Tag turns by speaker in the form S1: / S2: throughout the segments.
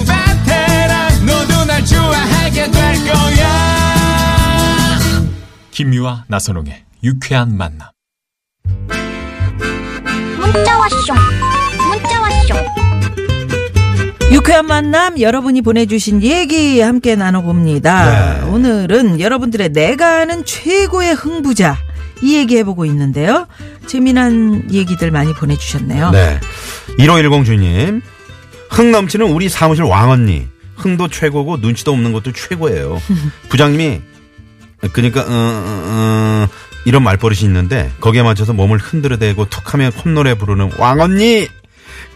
S1: 베테랑 너도 날 좋아하게 될 거야
S2: 김미화 나선홍의 유쾌한 만남.
S3: 문자 왔쇼 문자 왔쇼
S4: 유쾌한 만남 여러분이 보내주신 얘기 함께 나눠봅니다. 오늘은 여러분들의 내가 아는 최고의 흥부자 이 얘기 해보고 있는데요. 재미난 얘기들 많이 보내주셨네요.
S5: 네. 1510 주님. 흥 넘치는 우리 사무실 왕언니. 흥도 최고고 눈치도 없는 것도 최고예요. 부장님이 그러니까 어, 어, 어, 이런 말버릇이 있는데 거기에 맞춰서 몸을 흔들어대고 툭하면 콧노래 부르는 왕언니.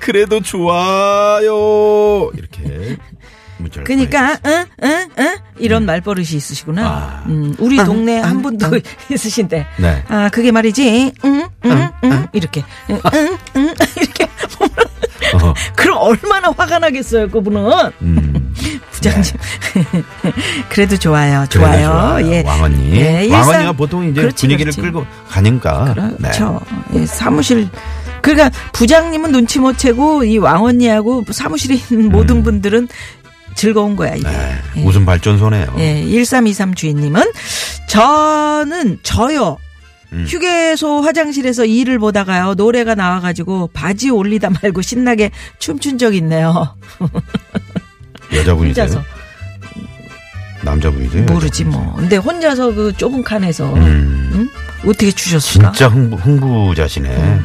S5: 그래도 좋아요. 이렇게 문자를
S4: 그러니까 응, 응, 응 이런 말버릇이 있으시구나. 음, 우리 동네 한 분도 있으신데.
S5: 네.
S4: 아 그게 말이지. 응, 응, 응 이렇게. 응, 응, 응 이렇게.
S5: 보내주셨어요. 어,
S4: 그럼 얼마나 화가 나겠어요, 그분은.
S5: 음.
S4: 부장님. 그래도 네. 좋아요. 좋아요.
S5: 그래도 좋아요.
S4: 예.
S5: 왕언니.
S4: 예, 일상-
S5: 왕언니가 보통 이제
S4: 그렇지,
S5: 분위기를
S4: 그렇지.
S5: 끌고 가니까. 네.
S4: 그렇죠. 예, 사무실 그러니까 부장님은 눈치 못 채고 이 왕언니하고 사무실에 있는 모든 분들은 즐거운 거야, 이게.
S5: 음. 네. 웃음 발전소네요.
S4: 예, 1323 주인님은 저는 저요.
S5: 음.
S4: 휴게소 화장실에서 일을 보다가요 노래가 나와가지고 바지 올리다 말고 신나게 춤춘 적 있네요.
S5: 여자분이세요?
S4: 혼자서
S5: 남자분이세요?
S4: 모르지 뭐. 근데 혼자서 그 좁은 칸에서 응? 어떻게 추셨을까?
S5: 음. 진짜 흥부, 흥부자시네.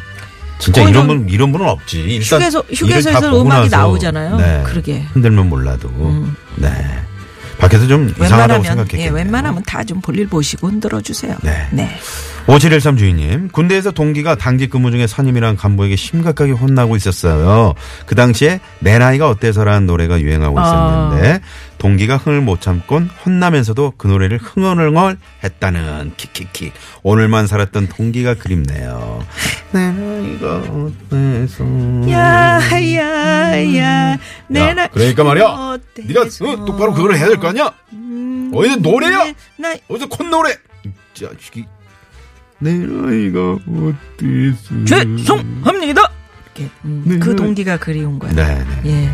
S5: 진짜
S4: 어,
S5: 이런
S4: 이런-
S5: 분 이런 분은 없지. 일단
S4: 음. 휴게소
S5: 일을 다
S4: 휴게소에서
S5: 보고
S4: 음악이
S5: 나서,
S4: 나오잖아요.
S5: 네,
S4: 그러게
S5: 흔들면 몰라도 네 밖에서 좀 이상하다고
S4: 웬만하면
S5: 생각했겠네요.
S4: 예, 웬만하면 다 좀 볼일 보시고 흔들어 주세요.
S5: 네. 5713 주인님, 군대에서 동기가 당직 근무 중에 선임이랑 간부에게 심각하게 혼나고 있었어요. 그 당시에 내 나이가 어때서라는 노래가 유행하고
S4: 아.
S5: 있었는데, 동기가 흥을 못 참곤 혼나면서도 그 노래를 흥얼흥얼 했다는 킥킥킥. 오늘만 살았던 동기가 그립네요. 내 나이가 어때서. 네,
S4: 야야야
S5: 야,
S4: 내나
S5: 그러니까 말이야. 네가 어, 똑바로 그걸 해야 될 거 아니야? 어디서 노래야?
S4: 네, 나
S5: 어디서 콧노래? 이 자식이. 내 나이가 어때서.
S4: 죄송합니다. 이렇게 음,
S5: 네.
S4: 그 동기가 그리운 거야.
S5: 네네.
S4: 예.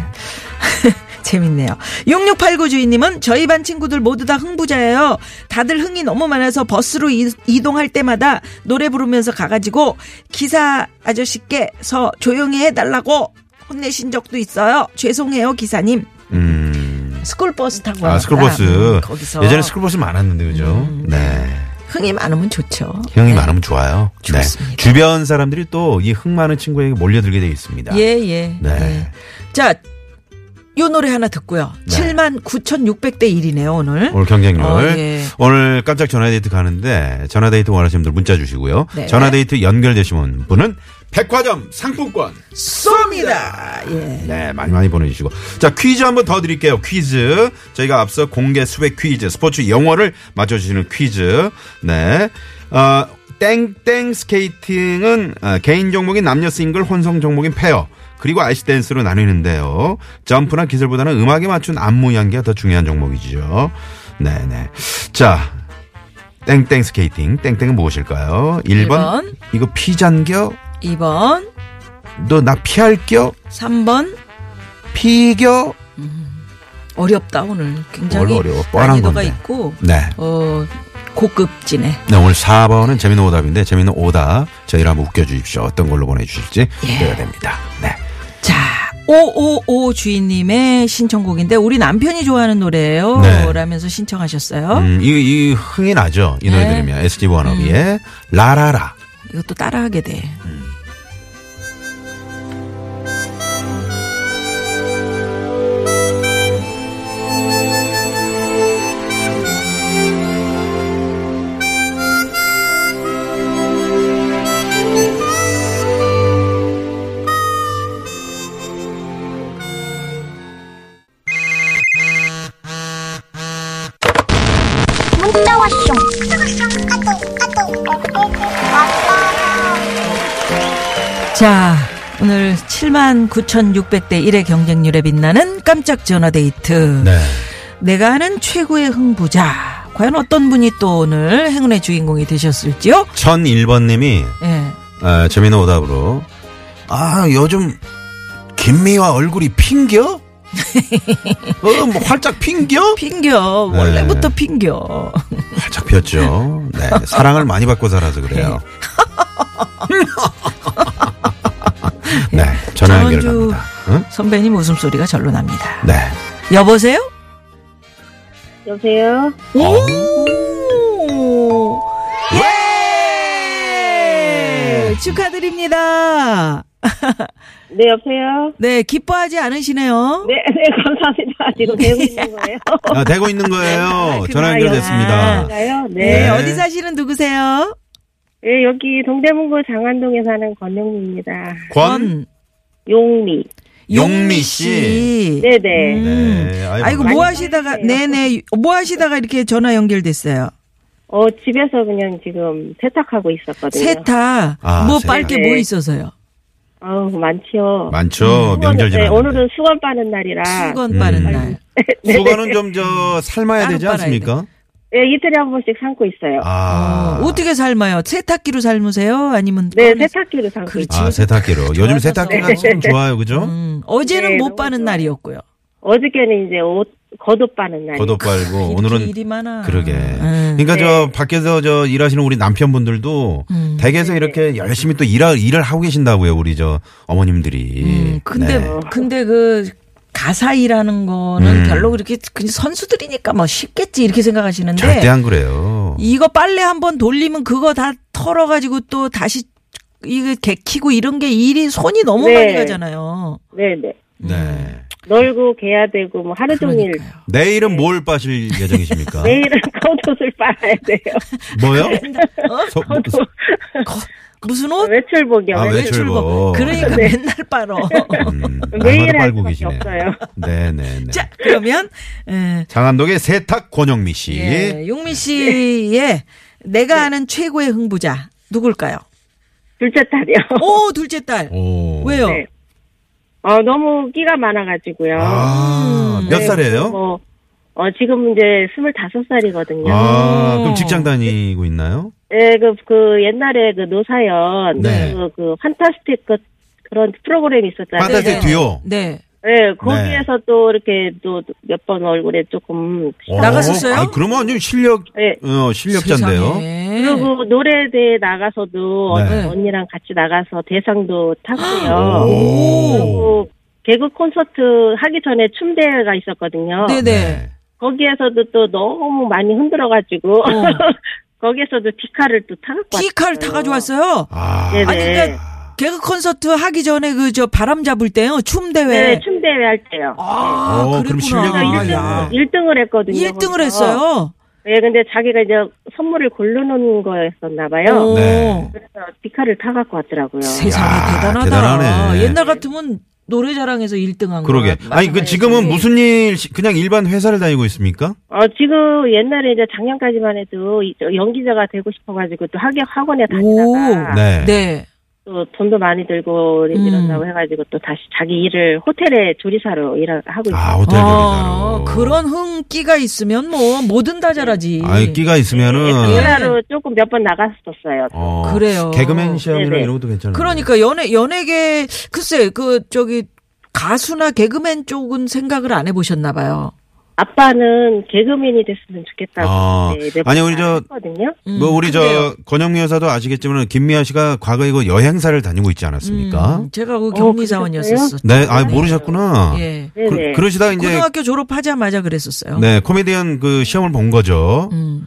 S4: 재밌네요. 6689 주인님은 저희 반 친구들 모두 다 흥부자예요. 다들 흥이 너무 많아서 버스로 이, 이동할 때마다 노래 부르면서 가가지고 기사 아저씨께서 조용히 해달라고 혼내신 적도 있어요. 죄송해요, 기사님.
S5: 음.
S4: 스쿨버스 타고
S5: 아,
S4: 왔다.
S5: 스쿨버스.
S4: 음, 거기서 음.
S5: 예전에 스쿨버스 많았는데, 그죠? 네.
S4: 흥이 많으면 좋죠.
S5: 흥이 많으면 좋아요.
S4: 좋습니다.
S5: 네. 주변 사람들이 또 이 흥 많은 친구에게 몰려들게 돼 있습니다.
S4: 예, 예.
S5: 네.
S4: 예. 자, 요 노래 하나 듣고요.
S5: 네.
S4: 7만 9,600대 1이네요, 오늘.
S5: 오늘 경쟁률.
S4: 어, 예.
S5: 오늘 깜짝 전화데이트 가는데 전화데이트 원하시는 분들 문자 주시고요.
S4: 네.
S5: 전화데이트 연결되신 분은 백화점 상품권.
S4: 쏩니다. 예.
S5: 네, 많이 많이 보내주시고. 자, 퀴즈 한번 더 드릴게요. 퀴즈. 저희가 앞서 공개 수백 퀴즈, 스포츠 영어를 맞춰주시는 퀴즈. 네. 어, 땡땡 스케이팅은 어, 개인 종목인 남녀 싱글, 혼성 종목인 페어. 그리고 아이스댄스로 나뉘는데요. 점프나 기술보다는 음악에 맞춘 안무 연기가 더 중요한 종목이죠. 네네. 자, 땡땡 스케이팅. 땡땡은 무엇일까요? 1번.
S4: 번.
S5: 이거 피잔겨?
S4: 2번,
S5: 너 나 피할겨?
S4: 3번.
S5: 피겨?
S4: 어렵다 오늘 굉장히
S5: 뭘 어려워. 뻔한
S4: 난이도가
S5: 건데.
S4: 있고
S5: 네.
S4: 어 고급지네
S5: 네, 오늘 4번은 재미있는 오답인데 재미있는 오답 저희를 한번 웃겨주십시오. 어떤 걸로 보내주실지 기대가 됩니다. 네.
S4: 자. 555 주인님의 신청곡인데 우리 남편이 좋아하는 노래예요
S5: 네.
S4: 라면서 신청하셨어요.
S5: 음, 이, 이 흥이 나죠? 이 노래 들으면 SG 워너비의 라라라.
S4: 이것도 따라하게 돼.
S3: 문자와쇼 까똑 까똑
S4: 자, 오늘 7만 9,600대 1의 경쟁률에 빛나는 깜짝 전화 데이트.
S5: 네.
S4: 내가 아는 최고의 흥부자. 과연 어떤 분이 또 오늘 행운의 주인공이 되셨을지요?
S5: 1001번 님이
S4: 예.
S5: 아, 재미있는 오답으로 아 요즘 김미화 얼굴이 핑겨? 어, 뭐 활짝 핑겨? 네.
S4: 핑겨. 원래부터 핑겨.
S5: 활짝 폈죠. 네, 사랑을 많이 받고 살아서 그래요. 네, 전화 연결
S4: 전원주
S5: 갑니다. 응?
S4: 선배님 웃음소리가 절로 납니다.
S5: 네.
S4: 여보세요?
S6: 여보세요?
S4: 오!
S5: 아.
S4: 예! 축하드립니다.
S6: 네, 여보세요?
S4: 네, 기뻐하지 않으시네요.
S6: 네, 네, 감사합니다. 지금 되고 있는 거예요?
S5: 아, 되고 있는 거예요.
S4: 네, 그만,
S5: 어, 전화 연결됐습니다.
S6: 맞아요?
S4: 네,
S6: 네.
S5: 네.
S4: 어디 사시는 누구세요?
S6: 네, 여기 동대문구 장안동에 사는 권영미입니다.
S5: 권
S4: 음,
S6: 용미.
S5: 용미 씨.
S6: 네네.
S5: 네, 아이고,
S4: 음. 아이고
S6: 많이
S4: 뭐 하시다가
S6: 떨리세요.
S4: 네네 뭐 하시다가 이렇게 전화 연결됐어요.
S6: 어, 집에서 그냥 지금 세탁하고 있었거든요.
S4: 세탁
S5: 아,
S4: 뭐
S5: 세탁.
S4: 빨게 뭐
S6: 네.
S4: 있어서요.
S6: 아우, 많지요.
S5: 많죠.
S4: 음,
S5: 명절
S6: 네,
S5: 지나.
S6: 오늘은 수건 빠는 날이라.
S4: 수건
S5: 음.
S4: 빠른 날. 네.
S5: 소가는 좀 저 삶아야
S4: 따로
S5: 되지
S4: 빨아야
S5: 않습니까?
S6: 네, 이틀에 한 번씩 삶고 있어요.
S5: 아.
S4: 어, 어떻게 삶아요? 세탁기로 삶으세요? 아니면
S6: 네,
S4: 꺼내서-
S6: 세탁기로 삶고
S4: 그렇지.
S6: 있어요.
S5: 아, 세탁기로. 요즘
S4: 좋아졌어.
S5: 세탁기가
S4: 네.
S5: 참 좋아요. 그죠?
S4: 음, 어제는
S6: 네,
S4: 못
S6: 너무
S4: 빠는
S6: 좋아요.
S4: 날이었고요.
S6: 어저께는 이제 옷, 겉옷 빠는 날.
S5: 겉옷 빨고
S4: 이렇게
S5: 오늘은
S4: 일이 많아.
S5: 그러게.
S4: 음.
S5: 그러니까 저 밖에서 저 일하시는 우리 남편분들도
S4: 음. 네.
S5: 댁에서 이렇게 열심히 또 일하, 일을 하고 계신다고요, 우리 저 어머님들이.
S4: 음, 근데
S5: 네.
S4: 근데 그 가사 일하는 거는
S5: 음.
S4: 별로 그렇게 그냥 선수들이니까 뭐 쉽겠지 이렇게 생각하시는데
S5: 절대 안 그래요.
S4: 이거 빨래 한번 돌리면 그거 다 털어가지고 또 다시 이거 개키고 이런 게 일이 손이 너무
S6: 네.
S4: 많이 가잖아요.
S6: 네네.
S4: 음.
S5: 네.
S6: 널고 개야 되고, 뭐, 하루 종일.
S4: 그러니까요.
S5: 내일은 뭘 빠실 예정이십니까?
S6: 내일은 겉옷을 빨아야 돼요.
S5: 뭐요? 뭐, 소- 소-
S4: 어? 거- 무슨 옷?
S6: 어?
S4: 네,
S6: 외출복이요.
S5: 아,
S6: 외출복.
S5: 외출복.
S4: 그러니까
S6: 네.
S4: 맨날 빨어.
S5: 음, 날마다
S6: 매일 할
S5: 빨고
S6: 수밖에
S5: 계시네.
S6: 없어요.
S5: 네네네.
S4: 자 그러면 예, 에,
S5: 장암동의 세탁 권영미 씨.
S4: 예, 용미 씨의 내가
S5: 네.
S4: 아는 최고의 흥부자 누굴까요?
S6: 둘째 딸이요.
S4: 오 둘째 딸.
S5: 오.
S4: 왜요?
S6: 네. 어, 너무 끼가 많아가지고요.
S5: 아, 몇
S6: 네,
S5: 살이에요?
S6: 뭐, 어, 지금 이제 25살이거든요.
S5: 아,
S6: 뭐.
S4: 오.
S5: 그럼 직장 다니고 있나요?
S6: 네, 그, 그, 옛날에 그 노사연,
S5: 네.
S6: 그, 그, 판타스틱 그, 그런 프로그램이 있었잖아요.
S4: 네.
S5: 판타스틱 듀오.
S4: 네.
S6: 네, 거기에서 또 이렇게 또 몇 번 얼굴에 조금,
S4: 네. 나갔었어요?
S5: 어, 아니, 그러면 완전 실력,
S6: 네.
S5: 어, 실력자인데요.
S4: 세상에.
S6: 그리고 노래대에 나가서도
S5: 네.
S6: 언- 언니랑 같이 나가서 대상도 탔고요.
S5: 오.
S6: 그리고 개그 콘서트 하기 전에 춤대회가 있었거든요.
S4: 네네.
S6: 거기에서도 또 너무 많이 흔들어가지고 거기에서도 디카를 또 타갖고
S4: 키칼
S6: 왔어요.
S4: 타가지고 왔어요.
S5: 아.
S6: 네네.
S4: 아니, 그러니까 개그 콘서트 하기 전에 그 저 바람 잡을 때요 춤 대회.
S6: 네, 춤대회 할 때요.
S4: 아,
S5: 어, 그럼 실력이
S4: 그랬구나.
S5: 있네. 야.
S6: 일등을 했거든요.
S4: 1등을
S6: 거기서.
S4: 했어요.
S6: 네, 근데 자기가 이제 선물을 골라놓은 거였었나 봐요.
S4: 오,
S5: 네.
S6: 그래서 디카를 타갖고 왔더라고요.
S4: 어. 세상에
S5: 야,
S4: 대단하다.
S5: 대단하네.
S4: 옛날 같으면 노래자랑에서 1등한 거.
S5: 그러게. 아니, 그 지금은 무슨 일, 시- 그냥 일반 회사를 다니고 있습니까?
S6: 어, 지금 옛날에 이제 작년까지만 해도 이- 저 연기자가 되고 싶어가지고 또 학교 학원에
S4: 오.
S6: 다니다가
S5: 네.
S4: 네.
S6: 또 어, 돈도 많이 들고
S4: 음.
S6: 이런다고 해가지고 또 다시 자기 일을 호텔에 조리사로 일하고 있어요.
S5: 아, 호텔
S4: 아,
S5: 조리사로.
S4: 그런 흥기가 있으면 뭐 뭐든 다 잘하지.
S5: 아니, 끼가 있으면은.
S6: 전화로 조금 몇 번 나갔었어요.
S5: 어,
S4: 예, 그래요.
S5: 개그맨 시험이나
S6: 네네.
S5: 이런 것도 괜찮아요.
S4: 그러니까 연예 연예계 글쎄 그 저기 가수나 개그맨 쪽은 생각을 안 해보셨나 봐요.
S6: 아빠는 개그맨이 됐으면 좋겠다고.
S5: 아.
S6: 네, 몇
S5: 아니,
S6: 번
S5: 우리 저-
S6: 했거든요.
S4: 음,
S5: 뭐 우리
S4: 근데요.
S5: 저 권영미 여사도 아시겠지만 김미아 씨가 과거에 이거 여행사를 다니고 있지 않았습니까?
S4: 음, 제가 그 격리 사원이었었어.
S5: 네, 아 모르셨구나.
S4: 예.
S6: 네네.
S5: 그, 러시다 이제
S4: 고등학교 졸업하자마자 그랬었어요.
S5: 네 코미디언 그 시험을 본 거죠.
S4: 음.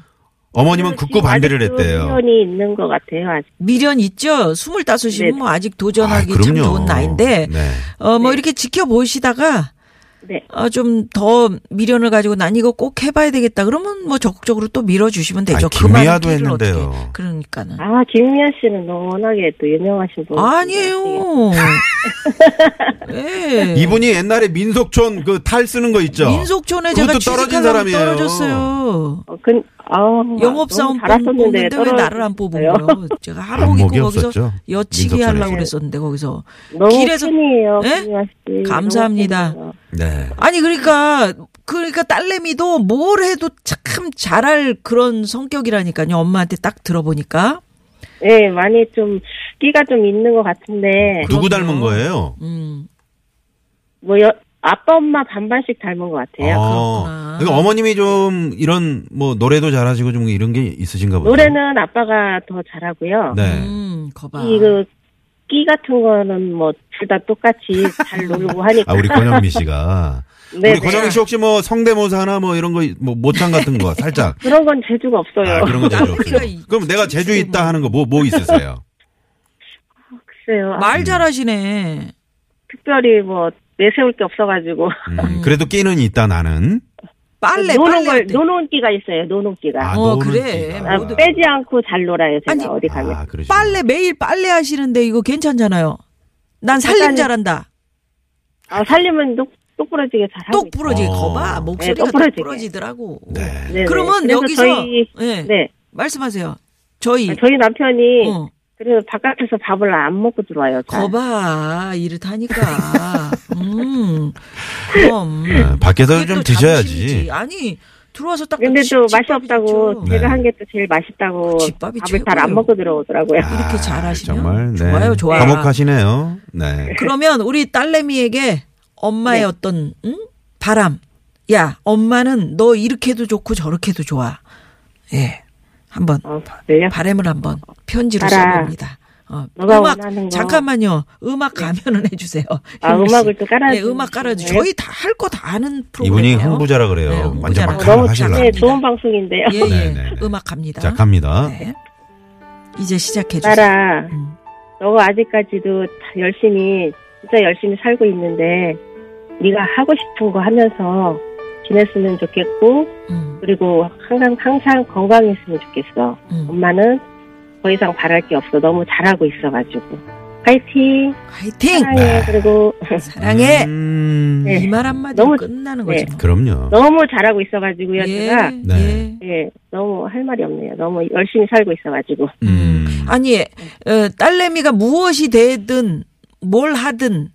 S5: 어머님은 극구 반대를
S6: 아직도
S5: 했대요.
S6: 미련이 있는 것 같아요. 아직.
S4: 미련 있죠. 스물다섯이면
S6: 네.
S4: 뭐 아직
S5: 아,
S4: 도전하기 참
S5: 그럼요.
S4: 좋은 나이인데
S5: 네.
S4: 어 뭐 이렇게 지켜보시다가
S6: 네.
S4: 어, 좀 더 미련을 가지고 난 이거 꼭 해봐야 되겠다 그러면 뭐 적극적으로 또 밀어주시면 되죠.
S5: 아니,
S4: 그 많은
S5: 김미아도
S4: 길을
S5: 했는데요.
S4: 어떻게- 그러니까는
S6: 아, 뭐 김미아 씨는 워낙에 또 유명하신 분.
S4: 아니에요. 예.
S5: 이분이 옛날에 민속촌 그 탈 쓰는 거 있죠.
S4: 민속촌에 제가
S5: 그것도
S4: 취직하려고
S5: 떨어진 사람이에요.
S4: 떨어졌어요.
S6: 어, 근, 아우,
S4: 영업사원
S6: 너무 잘하셨는데
S4: 뽑는데 왜 나를 안 뽑은
S6: 떨어졌어요.
S4: 거예요? 제가 하루
S5: 안목이
S4: 있고 거기서
S5: 없었죠?
S4: 여치기
S5: 민석
S4: 하려고
S5: 선생님.
S4: 그랬었는데 거기서
S6: 너무
S4: 길에서-
S6: 팬이에요,
S4: 예?
S6: 김유아 씨.
S4: 감사합니다.
S6: 너무 팬이에요.
S5: 네.
S4: 아니 그러니까 그러니까 딸내미도 뭘 해도 참 잘할 그런 성격이라니까요. 엄마한테 딱 들어보니까
S6: 예, 많이 좀 끼가 좀 있는 것 같은데
S5: 누구 닮은 거예요?
S4: 네. 음
S6: 뭐 여, 아빠 엄마 반반씩 닮은 것 같아요.
S4: 그렇구나.
S5: 아, 그러니까 어머님이 좀 이런 뭐 노래도 잘하시고 좀 이런 게 있으신가 보죠.
S6: 노래는 아빠가 더 잘하고요.
S5: 네.
S4: 음, 거봐.
S6: 이거 그 끼 같은 거는 뭐 둘 다 똑같이 잘 놀고 하니까.
S5: 아 우리 권영미 씨가
S6: 네,
S5: 우리
S6: 네.
S5: 권영미 씨 혹시 뭐 성대모사나 뭐 이런 거 뭐 모창 같은 거 살짝
S6: 그런 건 재주가 없어요.
S5: 아 그런 거 제주
S4: 남편이가
S5: 없어요.
S4: 이-
S5: 그럼 내가 제주 있다 하는 거 뭐 뭐 있으세요?
S6: 글쎄요. 아,
S4: 말 잘하시네.
S6: 특별히 뭐 내세울 게 없어가지고.
S5: 음, 그래도 끼는 있다 나는.
S4: 빨래
S6: 노는
S4: 빨래.
S6: 걸
S4: 할 때.
S6: 노는 끼가 있어요. 노는 끼가.
S5: 아,
S4: 어,
S5: 노는
S4: 그래.
S5: 끼가.
S6: 아, 빼지 않고 잘 놀아요. 제가
S4: 아니,
S6: 어디 가면.
S5: 아, 그러시구나.
S4: 빨래 매일 빨래 하시는데 이거 괜찮잖아요. 난 살림
S6: 일단은-
S4: 잘한다.
S6: 아, 살림은 똑, 똑부러지게 잘하고
S4: 똑
S6: 있어요.
S4: 부러지
S5: 어.
S4: 거봐 목소리가
S6: 네,
S4: 똑
S6: 똑부러지게.
S4: 부러지더라고.
S5: 네.
S6: 네네.
S4: 그러면
S6: 그래서
S4: 여기서
S6: 저희,
S4: 예,
S6: 네.
S4: 말씀하세요. 저희
S6: 아, 저희 남편이
S4: 어,
S6: 그래서 바깥에서 밥을 안 먹고 들어와요. 잘.
S4: 거봐 이렇다니까.
S6: 네.
S4: 음, 그럼
S5: 아, 밖에서
S4: 그게
S5: 좀
S4: 또
S5: 드셔야지.
S4: 자부심이지. 아니 들어와서 딱
S6: 근데 또
S4: 집- 집밥이
S6: 맛이 없다고
S4: 좋죠. 아,
S5: 네.
S6: 제가 한 게 또 제일 맛있다고
S4: 집밥이
S6: 밥을 잘 안
S4: 최고예요.
S6: 먹고 들어오더라고요.
S4: 이렇게
S5: 아,
S4: 잘하시면
S5: 정말 네.
S4: 좋아요, 좋아.
S5: 감옥하시네요. 네.
S4: 그러면 우리 딸내미에게 엄마의
S6: 네.
S4: 어떤 응? 바람. 야, 엄마는 너 이렇게도 좋고 저렇게도 좋아. 예, 한번
S6: 어, 그래요?
S4: 바램을 한번 편지로
S6: 알아.
S4: 써봅니다. 어,
S6: 너가
S4: 음악
S6: 원하는 거.
S4: 잠깐만요. 음악 가면은 해주세요.
S6: 아,
S4: 현미 씨.
S6: 음악을 또 깔아주는
S4: 네, 음악 깔아주.
S6: 거예요?
S4: 저희 다 할 거 다 아는
S5: 이분이
S4: 프로그램이에요.
S5: 흥부자라 그래요.
S4: 네,
S5: 완전
S4: 흥부자라.
S5: 아, 막하는
S6: 너무
S4: 하실랍니다.
S6: 네,
S5: 하실라.
S6: 좋은 방송인데요.
S4: 예, 예.
S5: 네, 네, 네.
S4: 음악 갑니다.
S5: 자 갑니다.
S4: 네. 이제 시작해 주세요.
S6: 나라,
S4: 음.
S6: 너가 아직까지도 다 열심히 진짜 열심히 살고 있는데 네가 하고 싶은 거 하면서 지냈으면 좋겠고
S4: 음,
S6: 그리고 항상 항상 건강했으면 좋겠어.
S4: 음.
S6: 엄마는 더 이상 바랄 게 없어. 너무 잘하고 있어가지고. 파이팅!
S4: 화이팅!
S6: 사랑해.
S5: 네.
S6: 그리고
S4: 사랑해.
S5: 음,
S6: 네.
S4: 이 말 한마디로
S6: 너무-
S4: 끝나는
S6: 네.
S4: 거죠.
S5: 그럼요.
S6: 너무 잘하고 있어가지고요.
S4: 예,
S6: 제가
S5: 네.
S4: 예.
S6: 예, 너무 할 말이 없네요. 너무 열심히 살고 있어가지고.
S5: 음.
S4: 아니, 어, 딸내미가 무엇이 되든 뭘 하든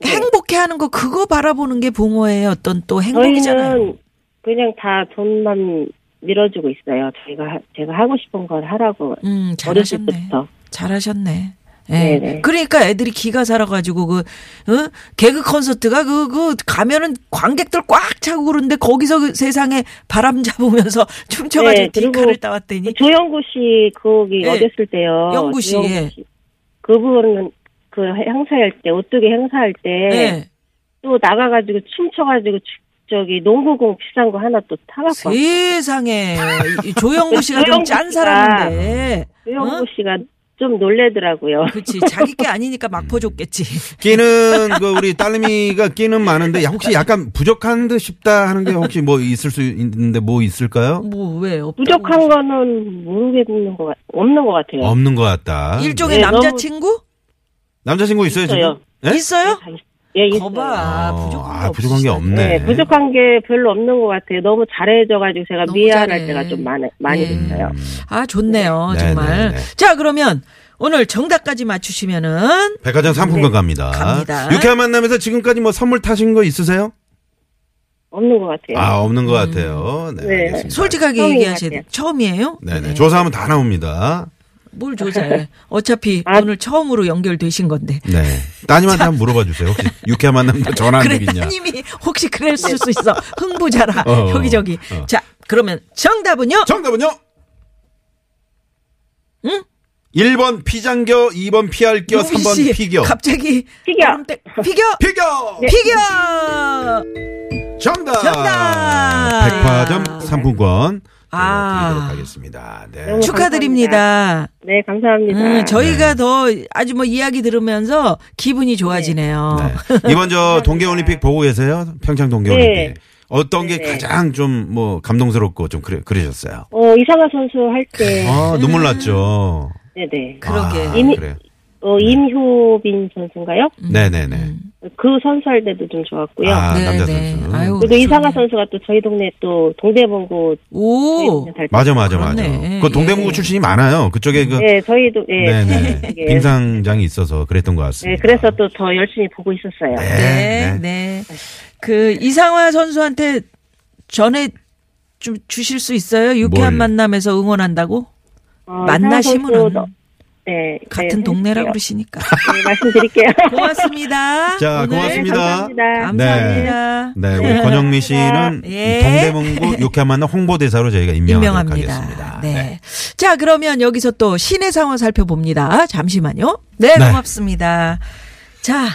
S6: 네.
S4: 행복해 하는 거 그거 바라보는 게 부모의 어떤 또 행복이잖아요.
S6: 저희는 그냥 다 돈만 밀어주고 있어요. 저희가 하- 제가 하고 싶은 걸 하라고
S4: 음,
S6: 어렸을
S4: 잘하셨네.
S6: 때부터.
S4: 잘하셨네. 예.
S6: 네네.
S4: 그러니까 애들이 기가 살아가지고 그 어? 개그 콘서트가 그 그 가면은 관객들 꽉 차고 그러는데 거기서 그 세상에 바람 잡으면서 춤춰가지고
S6: 네, 그리고
S4: 디카를 따왔더니
S6: 조영구 씨 거기
S4: 예.
S6: 어렸을 때요.
S4: 영구 씨,
S6: 조영구
S4: 예.
S6: 그분은 그 행사할 때 오뚜기 행사할 때 또
S4: 예.
S6: 나가가지고 춤춰가지고 주- 저기 농구공 비싼 거 하나 또 타갖고 왔어요.
S4: 세상에 이 조영구 씨가 좀
S6: 조영구
S4: 짠
S6: 씨가
S4: 사람인데
S6: 조영구
S4: 어?
S6: 그 씨가 좀 놀래더라고요.
S4: 그렇지 자기 게 아니니까 막 퍼줬겠지.
S5: 끼는 그 우리 딸내미가 끼는 많은데 야, 혹시 약간 부족한 듯 싶다 하는 게 혹시 뭐 있을 수 있는데 뭐 있을까요?
S4: 뭐 왜 없다고
S6: 부족한 거는 모르겠는 것 같, 없는 것 같아요.
S5: 없는 것 같다.
S4: 네.
S5: 네.
S4: 일종의
S6: 네,
S4: 남자친구
S5: 남자친구 있어요
S6: 있어요.
S5: 지금? 예?
S4: 있어요?
S6: 예, 있어요.
S4: 거봐
S5: 어,
S4: 부족한
S5: 아,
S4: 게
S5: 부족한 게
S4: 없으시다.
S5: 없네.
S6: 네, 부족한 게 별로 없는 것 같아요. 너무 잘해줘가지고 제가
S4: 너무
S6: 미안할
S4: 잘해.
S6: 때가 좀 많이, 많이
S4: 네.
S6: 있어요.
S4: 아 좋네요
S5: 네,
S4: 정말.
S5: 네, 네.
S4: 자 그러면 오늘 정답까지 맞추시면은
S5: 백화점 상품권 갑니다.
S4: 네. 갑니다.
S5: 유쾌한 만남에서 지금까지 뭐 선물 타신 거 있으세요?
S6: 없는 것 같아요.
S5: 아 없는 것 같아요. 네,
S6: 네.
S5: 알겠습니다.
S4: 네. 음. 솔직하게
S6: 처음인
S4: 얘기하셔야
S6: 것
S4: 돼.
S6: 같아요.
S4: 처음이에요?
S5: 네네 조사하면 다 나옵니다.
S4: 뭘 조사해? 어차피
S6: 아.
S4: 오늘 처음으로 연결되신 건데.
S5: 네 따님한테 한번 물어봐 주세요. 혹시 유쾌한 만남도 전화 안
S4: 그래
S5: 드리냐?
S4: 따님이 혹시 그랬을 수 있어. 흥부자라
S5: 어,
S4: 여기저기.
S5: 어.
S4: 자 그러면 정답은요?
S5: 정답은요?
S4: 응?
S5: 1번 피장겨, 2번 피알겨,
S4: 용희
S5: 3번
S4: 씨,
S5: 피겨.
S4: 갑자기
S6: 피겨.
S4: 얼음대- 피겨
S5: 피겨!
S4: 피겨.
S6: 네.
S5: 정답!
S4: 네. 정답!
S5: 백화점 상품권
S4: 아.
S5: 네, 드리도록 하겠습니다. 네.
S6: 네,
S4: 축하드립니다.
S6: 네, 감사합니다.
S4: 음, 저희가
S5: 네.
S4: 더 아주 뭐 이야기 들으면서 기분이 좋아지네요.
S5: 네. 이번 저 동계올림픽 보고 계세요? 평창 동계올림픽.
S6: 네.
S5: 어떤 게
S6: 네, 네.
S5: 가장 좀 뭐 감동스럽고 좀 그래, 그러셨어요?
S6: 어, 이상화 선수 할 때,
S5: 아, 눈물 났죠.
S6: 네네.
S4: 그러게.
S5: 아,
S6: 이미-
S5: 그래요.
S6: 어, 임효빈 선수인가요?
S5: 네네네.
S6: 그 선수 할 때도 좀 좋았고요.
S5: 아,
S4: 네,
S5: 남자
S4: 네.
S5: 선수.
S4: 아유.
S6: 그리고
S4: 좋네.
S6: 이상하 선수가 또 저희 동네 또 동대문고
S4: 오.
S6: 달
S5: 맞아, 맞아, 맞아.
S4: 그렇네.
S5: 그 동대문구
S4: 예.
S5: 출신이 많아요. 그쪽에 그.
S6: 네, 저희도 예.
S5: 네네.
S6: 되게-
S5: 빙상장이 있어서 그랬던 것 같습니다.
S6: 네, 그래서 또 더 열심히 보고 있었어요.
S5: 네,
S4: 네,
S5: 네.
S4: 네. 그 이상화 선수한테 전에 좀 주실 수 있어요? 유쾌한
S5: 뭘?
S4: 만남에서 응원한다고?
S6: 어,
S4: 만나심은
S6: 이상하 선수도- 네,
S4: 같은
S6: 네,
S4: 동네라
S6: 해주세요.
S4: 그러시니까.
S6: 네, 말씀드릴게요. 네,
S4: 고맙습니다.
S5: 자,
S4: 오늘
S5: 고맙습니다.
S6: 감사합니다.
S4: 감사합니다.
S5: 네, 우리 권영미 씨는
S4: 예.
S5: 동대문구 육회 만남 홍보대사로 저희가 임명하도록
S4: 임명합니다.
S5: 하겠습니다.
S4: 네. 자, 그러면 여기서 또 시내 상황 살펴봅니다. 아, 잠시만요. 네,
S5: 네.
S4: 고맙습니다. 자,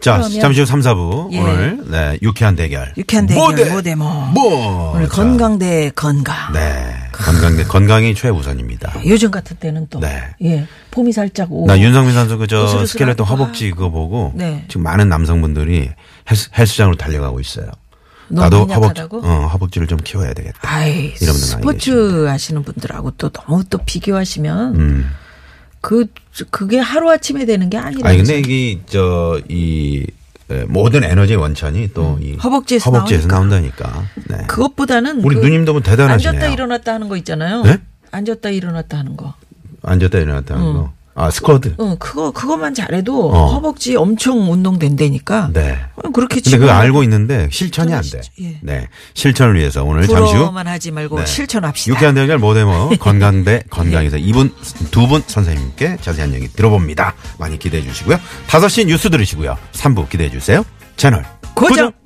S5: 자,
S4: 그러면-
S5: 잠시 후 3, 4부
S4: 예.
S5: 오늘 네, 유쾌한 대결.
S4: 유쾌한 대결
S5: 모대.
S4: 모대모.
S5: 뭐.
S4: 오늘
S5: 자,
S4: 건강 대 건강.
S5: 네. 건강 건강이 최우선입니다.
S4: 요즘 같은 때는 또
S5: 네.
S4: 예, 봄이 살짝 오고
S5: 나 윤성민 선수 그저
S4: 으스르스르하고.
S5: 스켈레톤 허벅지 그거 보고
S4: 네.
S5: 지금 많은 남성분들이 헬스, 헬스장으로 달려가고 있어요.
S4: 너무
S5: 나도 허벅지,
S4: 약하다고?
S5: 어, 허벅지를 좀 키워야 되겠다.
S4: 아이,
S5: 이런 분들 많이
S4: 스포츠 하시는 분들하고 또 너무 또 비교하시면
S5: 음.
S4: 그 그게 하루 아침에 되는 게 아니라.
S5: 아니 근데 이게 저이 예, 모든 에너지의 원천이 또이
S4: 음. 허벅지에서
S5: 나온다니까. 네.
S4: 그것보다는
S5: 우리
S4: 그
S5: 누님도 뭐 대단하시네요.
S4: 앉았다 일어났다 하는 거 있잖아요.
S5: 네?
S4: 앉았다 일어났다 하는 거.
S5: 앉았다 일어났다는 거. 아 스쿼드.
S4: 응, 그거 그것만 잘해도
S5: 어.
S4: 허벅지 엄청 운동된다니까.
S5: 네.
S4: 어, 그렇게
S5: 근데
S4: 지금
S5: 그거 알고 있는데 실천이 안 돼.
S4: 실천, 예.
S5: 네. 실천을 위해서 오늘 잠시 후
S4: 부러워만 예. 하지 말고
S5: 네.
S4: 실천합시다.
S5: 유쾌한 대결 모데모 건강대
S4: 예.
S5: 건강에서 이분 두 분 선생님께 자세한 얘기 들어봅니다. 많이 기대해 주시고요. 5시 뉴스 들으시고요. 3부 기대해 주세요. 채널
S4: 고정.